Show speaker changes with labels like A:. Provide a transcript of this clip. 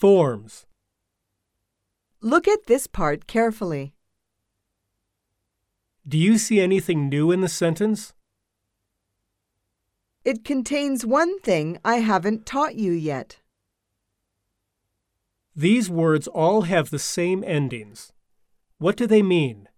A: Forms.
B: Look at this part carefully.
A: Do you see anything new in the sentence?
B: It contains one thing I haven't taught you yet.
A: These words all have the same endings. What do they mean?